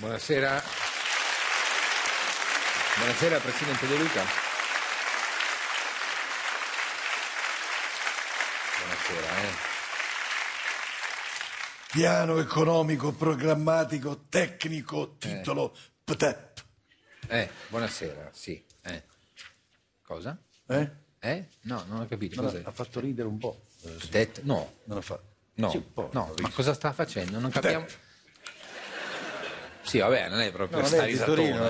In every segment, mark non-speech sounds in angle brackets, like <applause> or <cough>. Buonasera. Buonasera Presidente De Luca. Buonasera, eh. Piano economico, programmatico, tecnico, titolo PTEP. Eh, buonasera, sì. eh. Cosa? Eh? Eh? No, non ho capito. Non Cos'è? ha, ha fatto ridere un po'. eh, sì. Det- no, Non ha fatto. no, Sì, un po', no. ho Ma visto. cosa sta facendo? Non capiamo. Sì, vabbè, non è proprio No, non è stare di Torino,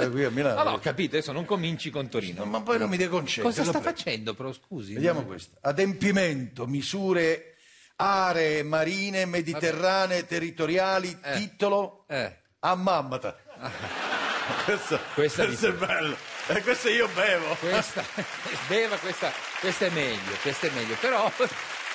eh. è qui a Milano. <laughs> Ma no, ho capito, adesso non cominci con Torino. Ma poi non mi deconcentri. Cosa la sta prego. facendo, però, scusi? Vediamo questo. Adempimento, misure aree marine, mediterranee, territoriali, titolo Eh. a mammata. <laughs> questo Questa mi questo è bello. E questo io bevo. Questa, <laughs> Deva, questa, questa è meglio, questa è meglio. Però <laughs>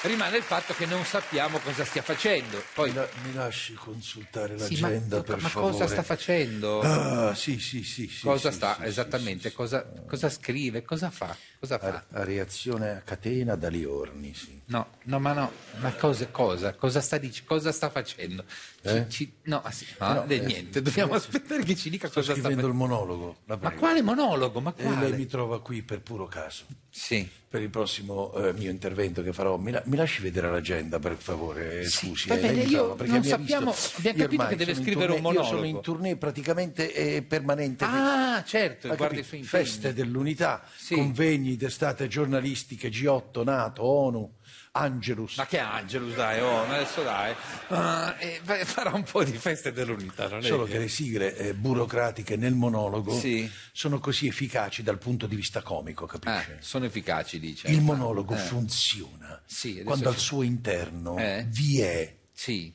rimane il fatto che non sappiamo cosa stia facendo. Poi, Mi, la- mi lasci consultare Sì, ma, l'agenda per ma favore. cosa sta facendo? Ah, sì, sì, sì. sì, cosa sì, sta sì, sì, esattamente? sì, cosa, cosa scrive? Cosa fa? Cosa sì. fa? A, a reazione a catena da Liorni, sì. No, no, ma no, ma cosa, cosa, cosa sta, dic- cosa sta facendo? Ci- ci- no, ah, sì, ah, Eh? No, de- eh, niente, dobbiamo aspettare che ci dica Sto cosa sta scrivendo facendo. il monologo, la Ma prego. quale monologo? Ma E quale? lei mi trova qui per puro caso. Sì. Per il prossimo eh, mio intervento che farò, mi, la- mi lasci vedere l'agenda per favore, eh, Sì, scusi. va eh, lei bene, mi io trova, perché non mi ha visto. sappiamo- abbiamo Io capito ormai che deve sono in scrivere un tournée- Io sono in monologo. tournée praticamente eh, permanente. Ah, certo, Hai guardi capito? i suoi impegni. Feste dell'unità, Sì. convegni, testate giornalistiche, G8, NATO, ONU, Angelus. Ma che Angelus, dai, oh, ma adesso dai. Ah, e fa- farà un po' di feste dell'unità, non è? Solo che le sigle eh, burocratiche nel monologo Sì. sono così efficaci dal punto di vista comico, Ah, capisce? sono efficaci, dice. Il monologo Eh, funziona Sì, adesso quando al ci- suo interno Eh? vi è Sì.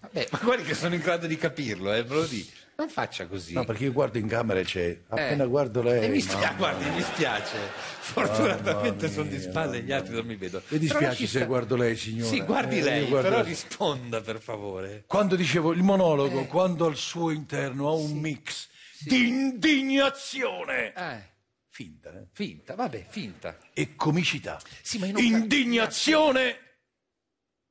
Vabbè, ma guardi che sono in grado di capirlo, eh, ve lo dico. Non faccia così. No, perché io guardo in camera e c'è. Appena Eh. guardo lei. E mi mamma spia- mia. guardi, mi spiace. Fortunatamente sono di spalle, gli altri non mi vedono. Mi dispiace Però lasci se guardo lei, signora. Sì, guardi Eh, lei, io guardo però lei. risponda per favore. Quando dicevo il monologo, Eh. quando al suo interno ha un mix di indignazione. Eh, Finta, eh? finta, vabbè, finta. E comicità. Sì, ma io non ca- Indignazione.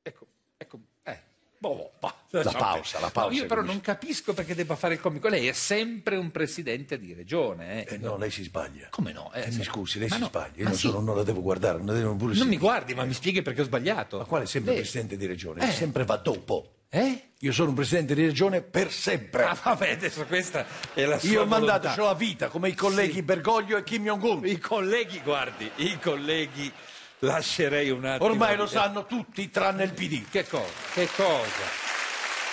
Ecco, ecco, eh. boh, boh, bah. La Cioè, pausa, la no, pausa. io però comici- non capisco perché debba fare il comico. Lei è sempre un presidente di regione. eh. Eh, no, lei si sbaglia. Come no? Eh, Eh, sì. mi scusi, lei Ma si no, sbaglia. Io ma non, sì. sono- non la devo guardare, non la devo pure Non mi sentire. guardi, ma mi spieghi perché ho sbagliato. Ma quale è sempre Lei- presidente di regione? Eh. Sempre va dopo. Eh? Io sono un presidente di regione per sempre. Ah, vabbè, adesso questa è la sua Io ho mandato, volontà. ce l'ho a vita, come i colleghi Bergoglio e Kim Jong-un. I colleghi, guardi, i colleghi lascerei un attimo. Ormai lo Eh, sanno tutti, tranne il PD. Che cosa? Che cosa?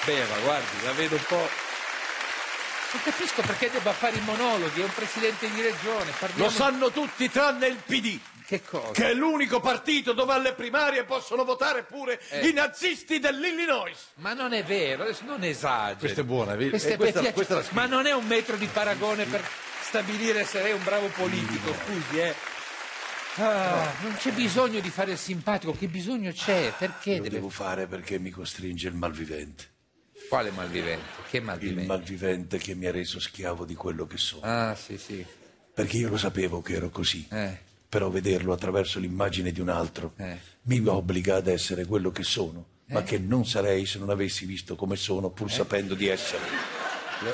Beva, guardi, la vedo un po'. Non capisco perché debba fare i monologhi, è un presidente di regione. Parliamo... Lo sanno tutti, tranne il PD, Che cosa? che è l'unico partito dove alle primarie possono votare pure Eh. i nazisti dell'Illinois. Ma non è vero, adesso non esageri. Questa è buona, vedi? Questa è- Eh, questa- perché- questa la scrivo. Ma non è un metro di paragone per stabilire se lei è un bravo politico, scusi, eh. Ah, non c'è bisogno di fare il simpatico, che bisogno c'è? Perché Lo Eh, deve devo fare perché mi costringe il malvivente. Quale malvivente? Che Il malvivente? malvivente che mi ha reso schiavo di quello che sono. Ah, sì, sì. Perché io lo sapevo che ero così. Eh. Però vederlo attraverso l'immagine di un altro Eh. mi obbliga ad essere Eh. quello che sono, ma che non sarei se non avessi visto come sono, pur sapendo di essere.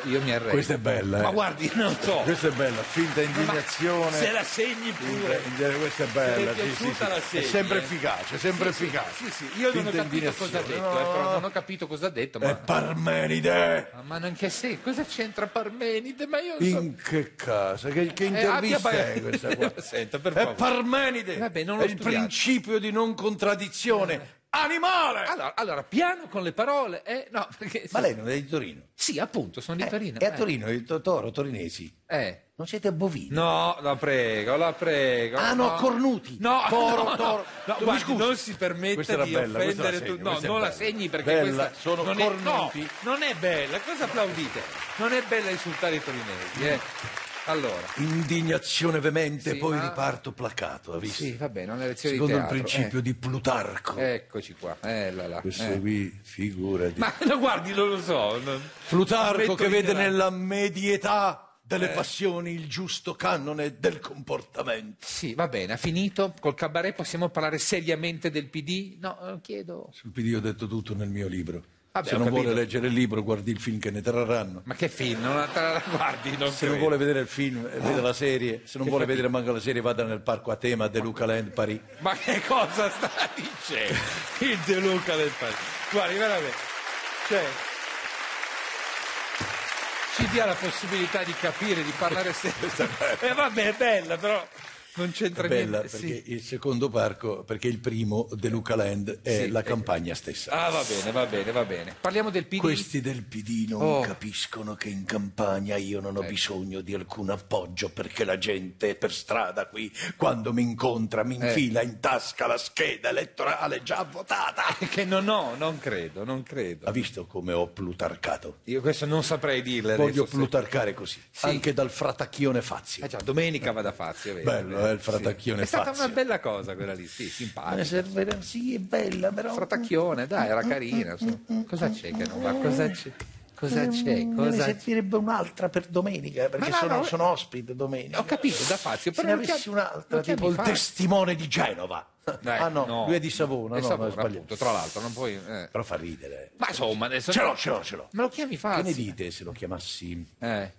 Io, io mi arrendo. Questa è bella, eh. Ma guardi, non so. Questa è bella, finta indignazione. Ma se la segni pure. Finta- Questa è bella, Se ti è sì, sì, piaciuta sì. la segni, È sempre eh. efficace, sempre efficace. Sì, sì, io non ho Finta capito cosa ha detto, eh, indignazione. Eh, però non ho capito cosa ha detto, È ma, Parmenide! ma anche se cosa c'entra Parmenide? Ma io non so. In che casa? Che, che intervista Eh. abbia- è questa qua? <laughs> <laughs> Senta, per è favore. Eh, Parmenide! Vabbè, non l'ho è il studiato. principio di non Eh. contraddizione. Animale! Allora, allora, piano con le parole, eh? No, perché Ma lei non è di Torino? Sì, appunto, sono di Torino. E a eh. Torino, il to- Toro, torinesi, Eh. non siete a Bovino? No, la prego, la prego. Ah, no, Cornuti. <laughs> No, Toro, no, toro. no, Mi guardi, scusi. non si Questa permette era di bella, questa la offendere segno, tu. No, questa è non la bella. segni perché Bella, questa sono non è, no, Cornuti. non è bella, cosa applaudite? Non è bella insultare i torinesi, eh. Allora. Indignazione veemente, Sì, poi ma- riparto placato, ha visto? Sì, va bene, una lezione Secondo di il teatro. principio di Plutarco. eh. Eccoci qua. Eh, là, là. Questo eh. qui, figurati. Ma no, guardi, non lo so. non- Plutarco Ammetto Eh. che vede l'ignoranza. nella medietà delle passioni il giusto canone del comportamento. Sì, va bene, ha finito col cabaret, possiamo parlare seriamente del PD? No, eh, chiedo. Sul PD ho detto tutto nel mio libro. Vabbè, Se ho non capito. vuole leggere il libro, guardi il film che ne trarranno. Ma che film? Non la tra- la guardi, non Se non credo. vuole vedere il film, eh, vede la serie. Se non vuole vedere manco la serie, vada nel parco a tema De Luca Land Paris. Ma che cosa sta dicendo <laughs> il De Luca del paese? Guardi, veramente. Cioè, ci dia la possibilità di capire, di parlare <laughs> sempre. E Eh, vabbè, è bella, però non c'entra Bella, niente. perché sì. il secondo parco, perché il primo, De Luca Land, è Sì, la eh. campagna stessa. Ah, va bene, va bene, va bene. Parliamo del PD. Questi del PD non Oh. Ecco. capiscono che in campagna io non ho bisogno di alcun appoggio perché la gente per strada qui, quando mi incontra, mi Eh. infila in tasca la scheda elettorale già votata. Che non ho, non credo, non Ha credo. visto come ho plutarcato? Io questo non saprei dirle Voglio adesso. se- plutarcare così, anche dal fratacchione Fazio. Ah già, domenica vado a Fazio, è vero. Bello, vero. eh, il fratacchione Sì. È stata Fazio. una bella cosa quella lì, sì, simpatica. serve, Ah, sì, è bella, però. Fratacchione, dai, era carina. insomma. Cosa c'è che non va? Cosa c'è? Cosa c'è? Me ne Cosa c'è? servirebbe un'altra per domenica, eh, perché esatto. no, sono, no, sono ospite domenica. Ho capito, da Fazio, Se però ne lo chiam- avessi un'altra, lo chiami tipo il Fazio. Testimone di Genova. Dai, ah, no, lui è di Savona, Eh, È no, Savona, ho sbagliato. appunto, tra l'altro, non puoi... eh. Però fa ridere. Ma insomma, adesso... Ce l'ho, ce l'ho, ce l'ho. Ma lo chiami Che ne Fazio? dite se lo chiamassi Eh.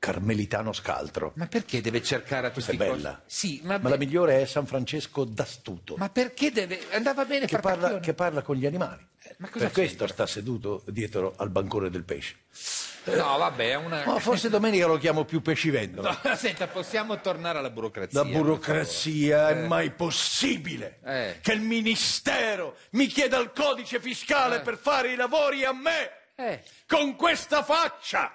Carmelitano Scaltro? Ma perché deve cercare a Questa tutti è i costi? bella. Sì, ma, Ma la migliore è San Francesco d'Astuto, ma perché deve... Andava bene che, parla, Fratacchione? che parla con gli animali. Eh, Ma cosa per questo c'entra? sta seduto dietro al bancone del pesce. No, vabbè, è una... Ma forse domenica lo chiamo più pescivendolo. Eh. No, <laughs> senta, possiamo tornare alla burocrazia. La burocrazia è mai possibile Eh. che il ministero mi chieda il codice fiscale per fare i lavori a me Eh. con questa faccia